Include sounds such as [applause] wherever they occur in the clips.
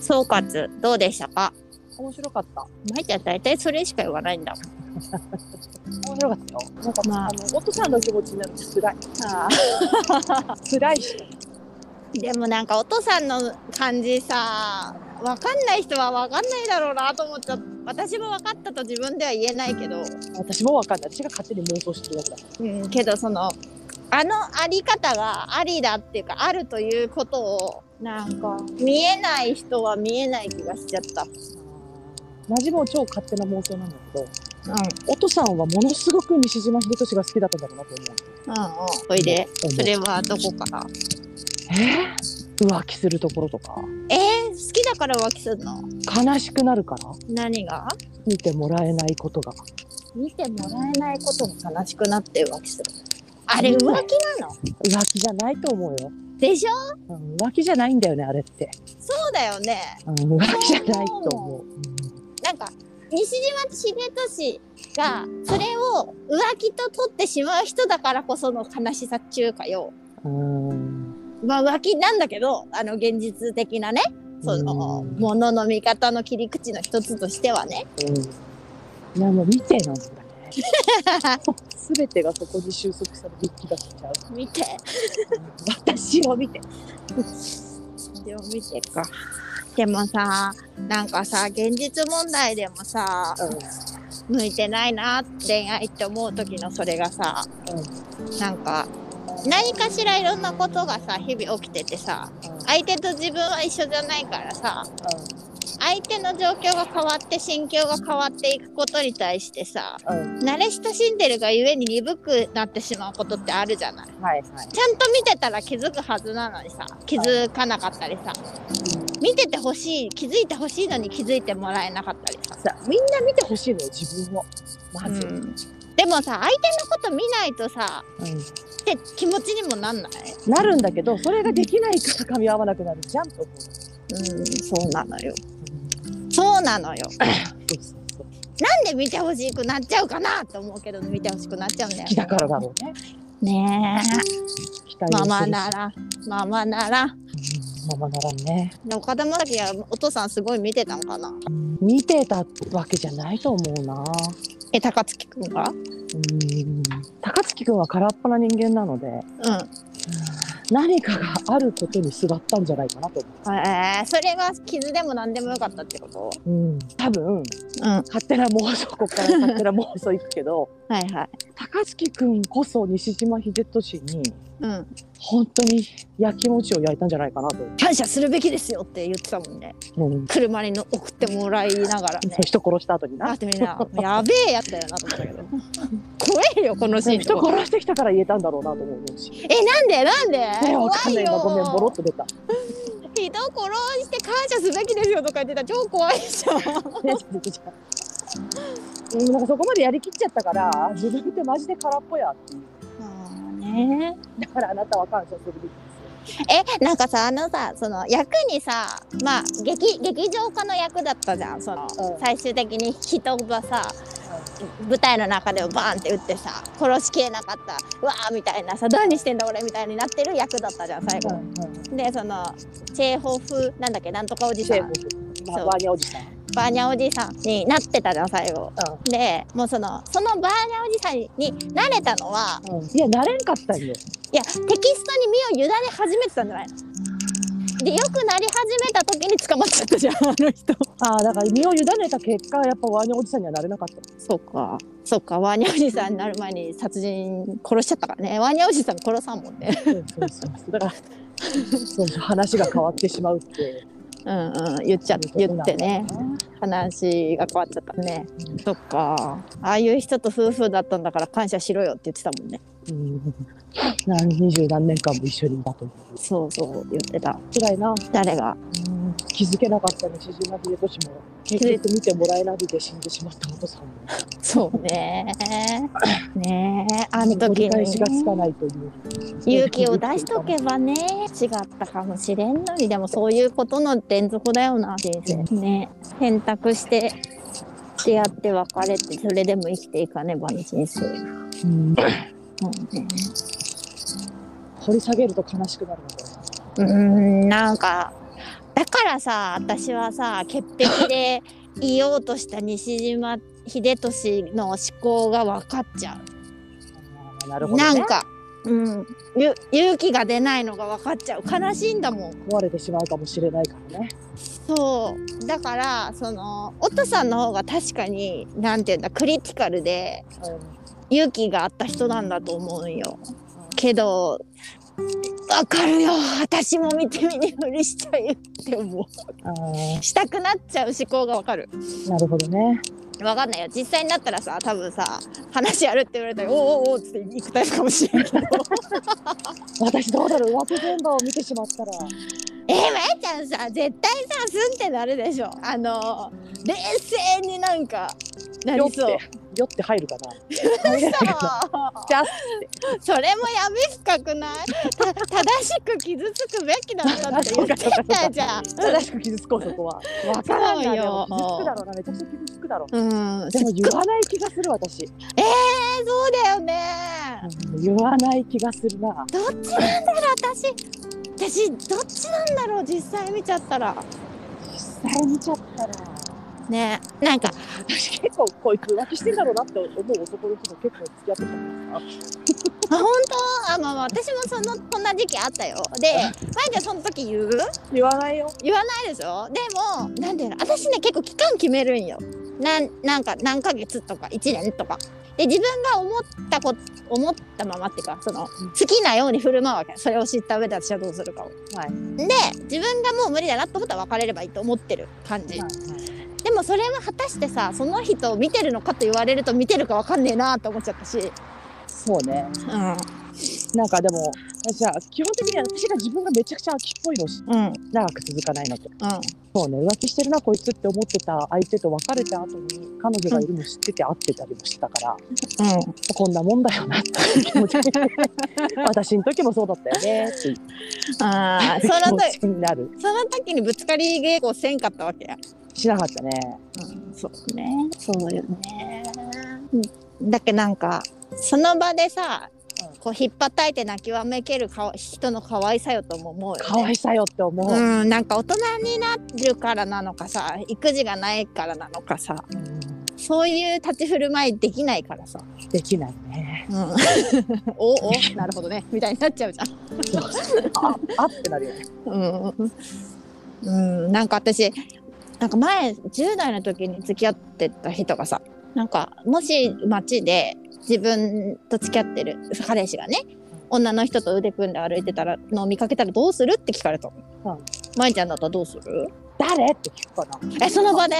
総括どうでしたか面白かった。舞ちゃん大体それしか言わないんだもん面白かったよ。なんか、まああ、の、お父さんの気持ちになると辛い。辛いし。でもなんかお父さんの感じさわかんない人はわかんないだろうなと思っちゃった私も分かったと自分では言えないけど、私もわかんない。私が勝手に妄想してるやつだ。うん、けどそのあのあり方がありだっていうかあるということをなんか見えない人は見えない気がしちゃった。マジも超勝手な妄想なんだけうど、んお父さんはものすごく西島秀俊が好きだったんだろうなと思う。うんうん、おいで思うそれはどこからえー浮気するところとか、えー、好きだから浮気するの悲しくなるから、何が見てもらえないことが。見てもらえないことに悲しくなって浮気するあれ浮気なの浮気じゃないと思うよ。でしょうん浮気じゃないんだよね、あれって。そうだよねうん浮気じゃないと思う。なんか西島秀俊がそれを浮気と取ってしまう人だからこその悲しさっちゅうかようんうんまあ浮気なんだけどあの現実的なねそのうんものの見方の切り口の一つとしてはねうん。いや、もう見てなんだね。 [laughs] すべてがそこに収束されて気がしちゃう。見て私を見て。でも見てか。でもさ、なんかさ、現実問題でもさ、向いてないな、恋愛って思う時のそれがさ、なんか、何かしらいろんなことがさ、日々起きててさ、相手と自分は一緒じゃないからさ、相手の状況が変わって心境が変わっていくことに対してさ、慣れ親しんでるがゆえに鈍くなってしまうことってあるじゃない。はいはい。ちゃんと見てたら気づくはずなのにさ、気づかなかったりさ、見ててほしい気づいてほしいのに気づいてもらえなかったりさ、さあみんな見てほしいのよ自分をまず。でもさ相手のこと見ないとさって気持ちにもなんない、なるんだけどそれができないから噛み合わなくなるじゃんと思う。うん、そうなのよそうなのよそうそうそうなんで見てほしくなっちゃうかなと思うけど見てほしくなっちゃうんだよ好きだからだろうね。ね期え待をママするしならママならうんママならね。で岡田将生はお父さんすごい見てたのかな見てたわけじゃないと思うな。え高槻くんがうんうん高槻君は空っぽな人間なので何かがあることにすがったんじゃないかなと思えー、それが傷でも何でもよかったってことう。うん、多分うんは勝手な妄想こっから勝手な妄想いくけど [laughs] いはい高槻君こそ西島秀俊にうん本当に焼き餅を焼いたんじゃないかなと思感謝するべきですよって言ってたもんねう、うん車にの送ってもらいながらね人殺した後にあなってみん [laughs] なやべえやったよなと思った [laughs] けど怖えよこのシーン人とか殺してきたから言えたんだろうなと思うし、えなんでなんでね、わかんないなご怖めんよボロっと出た、 [laughs] 人殺して感謝すべきですよとか言ってたら超怖いでしょね、うんなんかそこまでやりきっちゃったから自分ってマジで空っぽやっていうねだからあなたは感謝するべきですよえなんかさあのさその役にさまあ劇劇場化の役だったじゃんその、うん最終的に人がさ、舞台の中でもバーンって打ってさ殺しきれなかったうわーみたいなさ何してんだ俺みたいになってる役だったじゃん最後、でそのチェーホフなんだっけなんとかおじさ聖んそ母まあうワーニャおじさん、バーニャおじさんになってたじゃん最後でもうそのそのバーニャおじさんになれたのはうんいやなれんかったんよいやテキストに身を委ね始めてたんじゃないのでよくなり始めた時に捕まっちゃったじゃんあの人ああだから身を委ねた結果やっぱワーニャおじさんにはなれなかったそうかそうかワーニャおじさんになる前に殺人殺しちゃったからねワーニャおじさん殺さんもんねそうそうそうだからそうそう話が変わってしまうってうんうん言っちゃ言ってね話が変わっちゃったねそっかああいう人と夫婦だったんだから感謝しろよって言ってたもんねうん何二十何年間も一緒にいたというそうそう言ってた辛いな、誰が気づけなかった西島秀俊も結局見てもらえなくて死んでしまったお父さんもそうねねえあの取時り返しがにつかないという勇気を出しとけばね違ったかもしれんのにでもそういうことの連続だよな人生ね選択して出会って別れてそれでも生きていかねばの人生うんうんね掘り下げると悲しくなるのでうーんなんかだからさ私はさ潔癖でいようとした西島秀俊の思考が分かっちゃうあーなるほど、ね、なんか、うん、ゆ勇気が出ないのが分かっちゃう悲しいんだもん壊れてしまうかもしれないからねそうだからそのオットさんの方が確かになんていうんだクリティカルで勇気があった人なんだと思うんよけどわかるよ私も見て見ぬふりしちゃうよって思あーうしたくなっちゃう思考がわかるなるほどねわかんないよ実際になったらさ多分さ話やるって言われたらおうおうおうっつって行くタイプかもしれないけど私どうだろう浮気現場を見てしまったらえまえちゃんさ絶対さすんってなるでしょあの冷静になんかな酔っりてそう [laughs] 酔って入るかな入れないかなジャスそれも闇深くないた正しく傷つくべきだった [laughs] って言ってたじゃん。正しく傷つこうそこはわからんなでも傷つくだろうなめちゃくちゃ傷つくだろううん、でそもう言わない気がする私、だよね。言わない気がするなどっちなんだろう、私。私、どっちなんだろう、実際見ちゃったら。実際見ちゃったらね、なんか、私結構こいつ浮気してんだろうなって思う男の人と結構付き合ってたからさあ本当、あ、まあ、まあ、私もその、こんな時期あったよ。 [laughs] で、まいちゃん、その時言う。言わないよ言わないでしょでもなんていうの私ね結構期間決めるんよなんなんか何ヶ月とか1年とかで自分が思ったこ思ったままっていうかそのうん好きなように振る舞うわけそれを知った上で私はどうするかをはいで自分がもう無理だなと思ったら別れればいいと思ってる感じ、でもそれは果たしてさその人を見てるのかと言われると見てるかわかんねえなと思っちゃったし、うそうねんなんかでも私は基本的に私が自分がめちゃくちゃ秋っぽいのうんうん、長く続かないのとそうね浮気してるなこいつって思ってた相手と別れた後に彼女がいるの知ってて会ってたりもしたから、こんなもんだよなっていう気持ち [laughs] に私の時もそうだったよねっていう [laughs] ああそ気の持時ちになるその時にぶつかり稽古せんかったわけやしなかったねそうね。そうよね。だけどなんかその場でさ、うんこう引っ張たいて泣きわめけるかわ人の可愛さよとも思うよ、ね。可愛さよって思う、うん、なんか大人になるからなのかさ育児がないからなのかさうそういう立ち振る舞いできないからさ、んできないね [laughs] うん、おおなるほどねみたいになっちゃうじゃんああってなるよねうん、なんか私なんか前10代の時に付き合ってた人がさなんかもし街で自分と付き合ってる彼氏がね女の人と腕組んで歩いてたらのを見かけたらどうするって聞かれたの。うんまいちゃんだったらどうする誰って聞くかなえその場で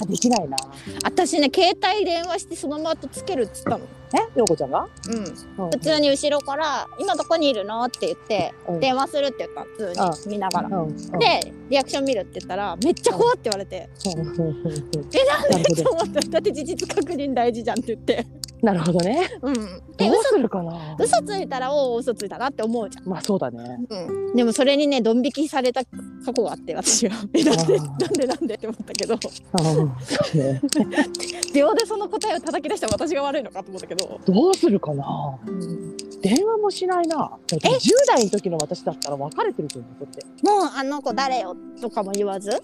あできないな私ね携帯電話してそのままとつけるっつったの、え陽子ちゃんが、うん、うん普通に後ろから「今どこにいるの?」って言ってうん電話するって言ったの普通に見ながらうんうんでリアクション見るって言ったらめっちゃ怖って言われてうんうんうんうん「えなんなるほで?」どと思っただって事実確認大事じゃんって言ってなるほどねうんでどう嘘するかな嘘ついたらおお嘘ついたなって思うじゃまあそうだねん、うん、でもそれにねドン引きされた過去があって私はえなんであーなんでなんでって思ったけどうんそうね秒でその答えを叩き出した私が悪いのかと思ったけど、どうするかな電話もしないな10代の時の私だったら別れてると思うこれでもうあの子誰よとかも言わずへうん、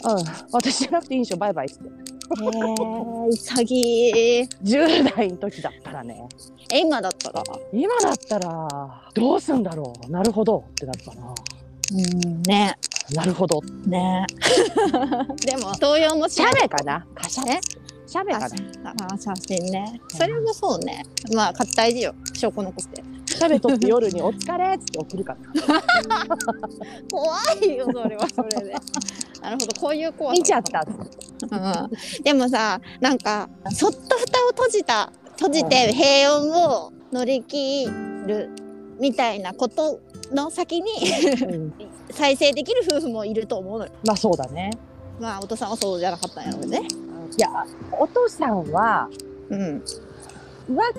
私じゃなくていいんでしょバイバイっつってえ潔い10代の時だったらねえ今だったら今だったらどうすんだろうなるほどってなるかなうんねなるほどねでも動揺もしシないャメかなカシャえシャメかなあ写真ねそれもそうねまあ大事よ証拠残してシャメ撮って夜に「お疲れ」っつって送るかな怖いよそれはそれでなるほどこういう怖さ見ちゃったっつってうん、でもさなんかそっと蓋を閉じた閉じて平穏を乗り切るみたいなことの先にうん再生できる夫婦もいると思うのよまあそうだねまあお父さんはそうじゃなかったんやろうねいやお父さんはうん浮気があ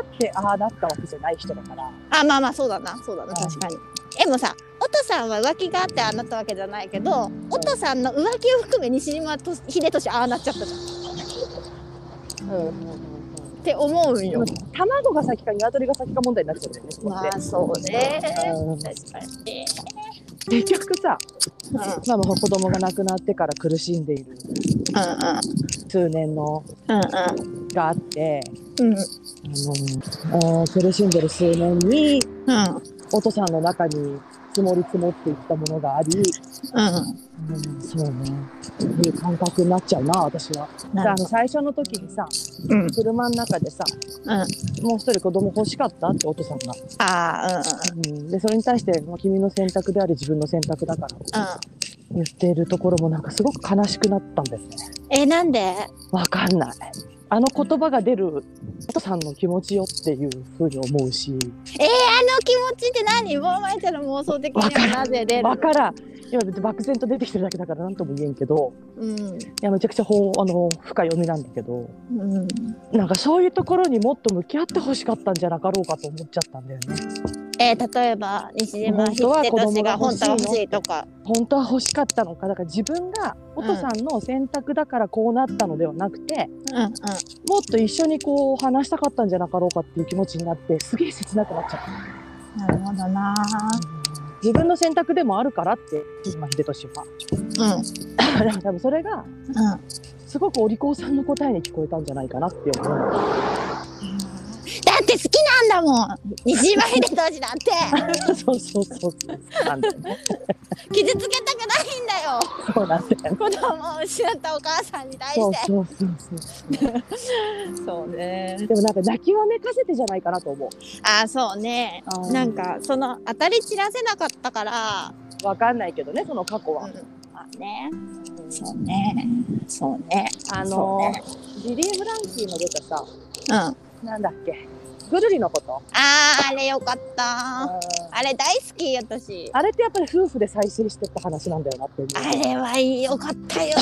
ってああなったわけじゃない人だからあまあまあそうだなそうだな確かにでもさオトさんは浮気があってああなったわけじゃないけどオトさんの浮気を含め西島と秀俊ああなっちゃったじゃんっうんて思うんでよも卵が先か鶏が先か問題になっちゃうんだよねそこってそうねうん確かに結局さ、うんうんまあ、まあ子供が亡くなってから苦しんでいる数年のうがあって、んうんあのー苦しんでる数年にうんお父さんの中に積もり積もっていったものがあり、うんうん、そうねいう感覚になっちゃうな私は。なであるの最初の時にさほどうん車の中でさうんもう一人子供欲しかったってお父さんが、ああうん、でそれに対して、まあ、君の選択であり自分の選択だからう言っているところもなんかすごく悲しくなったんですね。んうんえなんでわかんない。あの言葉が出るお父さんの気持ちよっていうふうに思うし、あの気持ちって何ボーマイテの妄想的にわかはらなぜ出るわからん。今別に漠然と出てきてるだけだから何とも言えんけど、うんいやめちゃくちゃほあの深い読みなんだけど、うんなんかそういうところにもっと向き合ってほしかったんじゃなかろうかと思っちゃったんだよね。えー例えば西島本秀当は子俊供がが本欲し当いのは欲しいとか本当は欲しかったのか、だから自分がお父さんの選択だからこうなったのではなくて、うんうんもっと一緒にこう話したかったんじゃなかろうかっていう気持ちになって、すげえ切なくなっちゃっなた。るほどな自分の選択でもあるからって今秀俊は [laughs] うんでも多分それうがんすごくお利口さんの答えに聞こえたんじゃないかなって思う [laughs] だって好きなんだもん西島秀俊だっそうそうそうそうなんだよねて [laughs] 傷つけたくないんだよそうなんだよね子供を失ったお母さんに対そしうてそうそうそそうねうでもなんか泣きわめかせてじゃないかなと思うあそうねあーなんかその当たり散らせなかったから、わかんないけどねその過去は、まあねそうねそうねあそうのーねリリー・ブランキーの出たさうんあなんだっけぐるりのことああれよかったうんあれ大好き私あれってやっぱり夫婦で再生してった話なんだよなっていうあれはいいよかったよ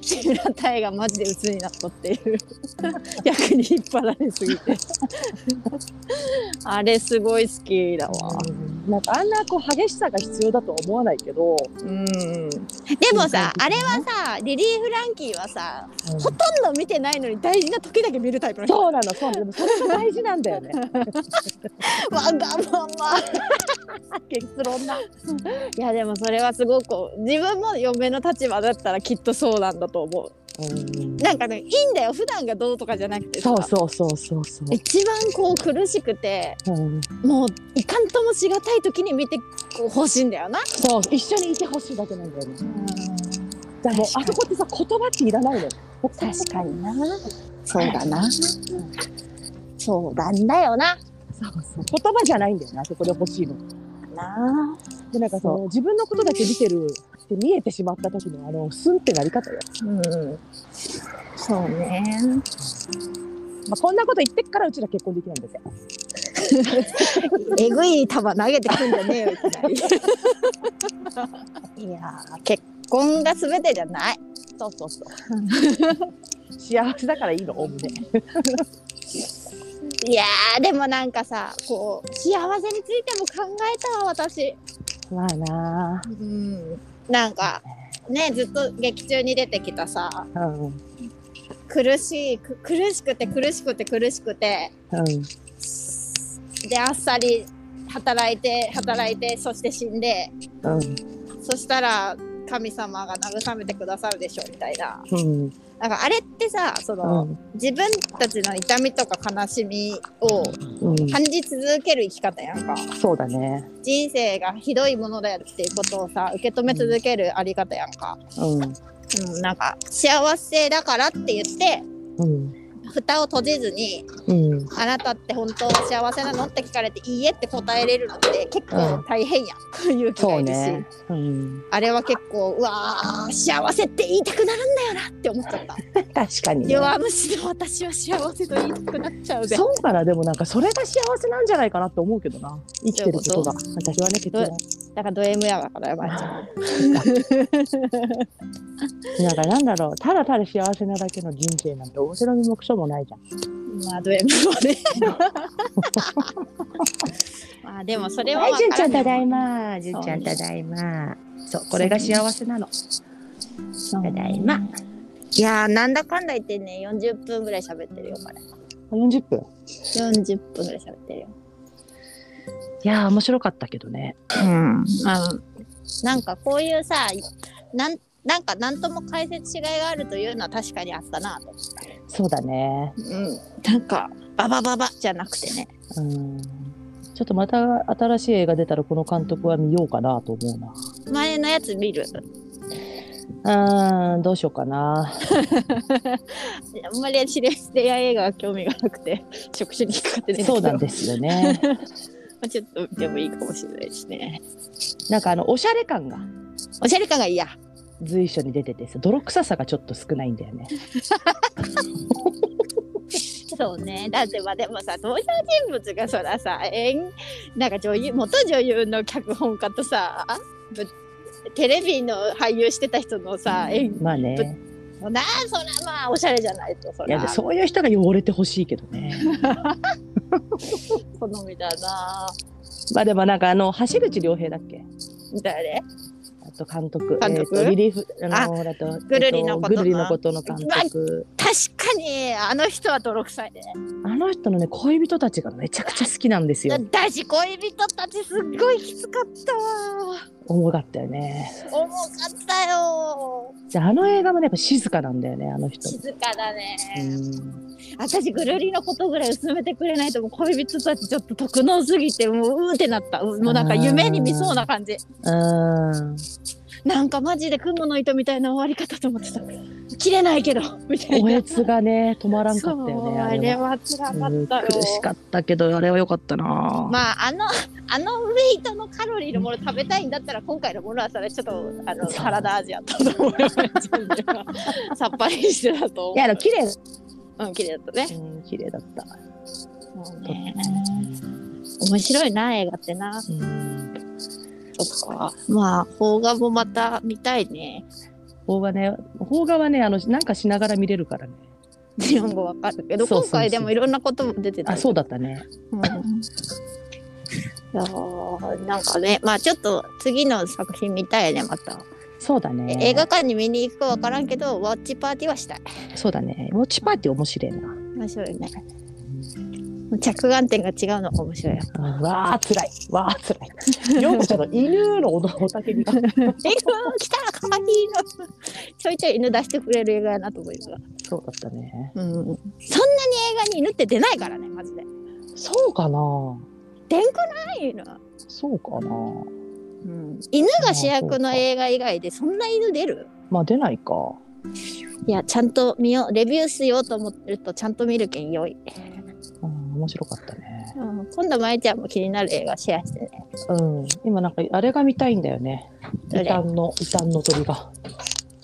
木村太がマジで鬱になったっていう [laughs] 役に引っ張られすぎて [laughs] あれすごい好きだわうんなんかあんなこう激しさが必要だとは思わないけど、うんでもさあれはさリリー・フランキーはさほとんど見てないのに大事な時だけ見るタイプの人。そうなの、そうなの、でもそれが大事なんだよね。わが [laughs] まま。結論な。いやでもそれはすごく自分も嫁の立場だったらきっとそうなんだと思うんう。なんかねいいんだよ普段がどうとかじゃなくてさそうそうそうそうそう。一番こう苦しくてうんもういかんともしがたい時に見てこう欲しいんだよな。そう、一緒にいてほしいだけなんだよね。だからもうあ確かにそこってさ、言葉っていらないのよ。確かにな。そうだな。そうなんだよな。そうそう言葉じゃないんだよね、あそこで欲しいの。なで、なんかその自分のことだけ見てる。って見えてしまった時のあのスンってなり方よ、うん。そうね。まあ、こんなこと言ってっからうちら結婚できないんですよえぐい球投げてくんじゃねえよいきなりいやー結婚が全てじゃないそうそうそう幸せだからいいのおおむねいやーでもなんかさこう幸せについても考えたわ私まあなうんなんかねずっと劇中に出てきたさあうんうん苦しいく苦しくて苦しくて苦しくてであっさり働いて働いてそして死んでうんそしたら神様が慰めてくださるでしょうみたいなうんなんかあれってさその、自分たちの痛みとか悲しみをうん感じ続ける生き方やんかそうだね。人生がひどいものだよっていうことをさ受け止め続けるあり方やんか、ううん、なんか幸せだからって言ってん。うん。蓋を閉じずにうん。 「あなたって本当は幸せなの?」って聞かれて「いいえ」って答えれるのって結構大変やん、 [laughs] 勇気そがういるし、ね。うん。あれは結構うわー幸せって言いたくなるんだよなって思っちゃった確かに、ね。弱虫の私は幸せと言いたくなっちゃうぜそうかな、でもなんかそれが幸せなんじゃないかなって思うけどな。生きてることが。私はね、結論。だからド M やからやばいちゃんなんかなんだろう、ただただ幸せなだけの人生なんて面白みもくしょもないじゃん。まあド M は [laughs] ね。まあでもそれははい、じゅんわちゃからんなたいだいま。じゅんちゃんただいま。そう、これが幸せなの。そたうだいま。いやーなんだかんだ言ってね40分ぐらい喋ってるよこれ。 40分。 40分ぐらい喋ってるよ。いやー面白かったけどねうん、あのなんかこういうさなんなんか何とも解説しがいがあるというのは確かにあったなと、そうだねうん、なんかババババじゃなくてねうんちょっとまた新しい映画出たらこの監督は見ようかなと思うな前のやつ見るうーんどうしようか [laughs] なあんまり知り合い恋愛映画は興味がなくて職種に引っかかってないそうなんでですよ [laughs] ねちょっとでもいいかもしれないしねなんかあのおしゃれ感がおしゃれ感がいいや随所に出ててさ泥臭さがちょっと少ないんだよねそうねだってまあでもさ登場人物がそらさ演なんか女優元女優の脚本家とさぶテレビの俳優してた人のさ演まあ [laughs] ね技なあそらまあおしゃれじゃないとそいやらでそういう人が汚れてほしいけど [laughs] ね好みだなまあでもなんかあの橋口良平だっけ誰あと監督監督えーとリリーフあのほらとぐるりのことのえーぐるりのことの監督確かにあの人は泥臭いねあの人のね恋人たちがめちゃくちゃ好きなんですよだし恋人たちすっごいきつかったわ重かったよね重かったよじゃああの映画もねやっぱ静かなんだよねあの人静かだね、うん私ぐるりのことぐらい薄めてくれないともう恋人たちちょっと特能すぎてもううーんってなったうんもうなんか夢に見そうな感じうんなんかマジで雲の糸みたいな終わり方と思ってた切れないけどみたいおなやつがね止まらんかったよそうねああれれはは辛かったうんよ苦しかったけどあれは良かったな、まああの [laughs] あのウェイトのカロリーのもの食べたいんだったら今回のものはそれちょっとあのそうサラダ味やったと思う [laughs] よ自分ではさっぱりしてたとい思やあの綺麗ううん綺麗だったねうん綺麗だった、そうね面白いな映画ってなうんそっか。まあ、邦画もまた見たいね。邦画ね邦画はねあのなんかしながら見れるからね日本語わかるけど、そうそうそう今回でもいろんなことも出てた。あそうだったねうん。いやーなんかね、まあちょっと次の作品見たいね、また。そうだね映画館に見に行くかわからんけど、ワッチパーティーはしたい。そうだねウォッチパーティー面白いな面白いね。着眼点が違うの面白い [laughs] よ。うんわあつらいわあつら [laughs] いようこちゃんの犬のおおた [laughs] けびがえ、うわ来たかわいいの。 [laughs] ちょいちょい犬出してくれる映画やなと思いながら。そうだったねうん。そんなに映画に犬って出ないからね、マジで。そうかなでんくないの。そうかな犬が主役の映画以外でそんな犬出るまあ出ないかいやちゃんと見ようレビューしようと思ってるとちゃんと見るけんよい、うん面白かったねうん、今度まえちゃんも気になる映画シェアしてねうん今なんかあれが見たいんだよねどれ異端の異端の鳥が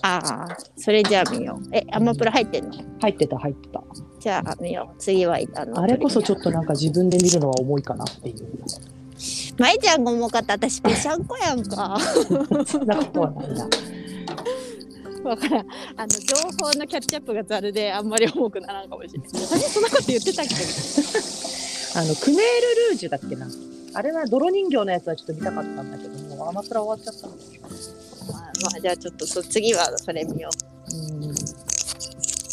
ああそれじゃあ見ようえアマプラ入ってんの入ってた入ってたじゃあ見よう次はいたのあれこそちょっとなんか自分で見るのは重いかなっていうまえちゃんが重かった私ぺしゃんこやんかそんなことは [laughs] ないなわからんあの情報のキャッチアップがざるであんまり重くならんかもしれない私そんなこと言ってたっけあのクメールルージュだっけなあれは泥人形のやつはちょっと見たかったんだけどもうアマプラ終わっちゃったんだよまあ、まあ、じゃあちょっとそ次はそれ見よ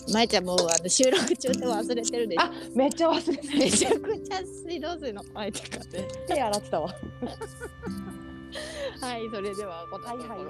うまえちゃんもうあの収録中で忘れてるでしょあめっちゃ忘れめちゃくちゃ水道水の前とかで。て手洗ってたわはい、それでは、このところで。はいはいはい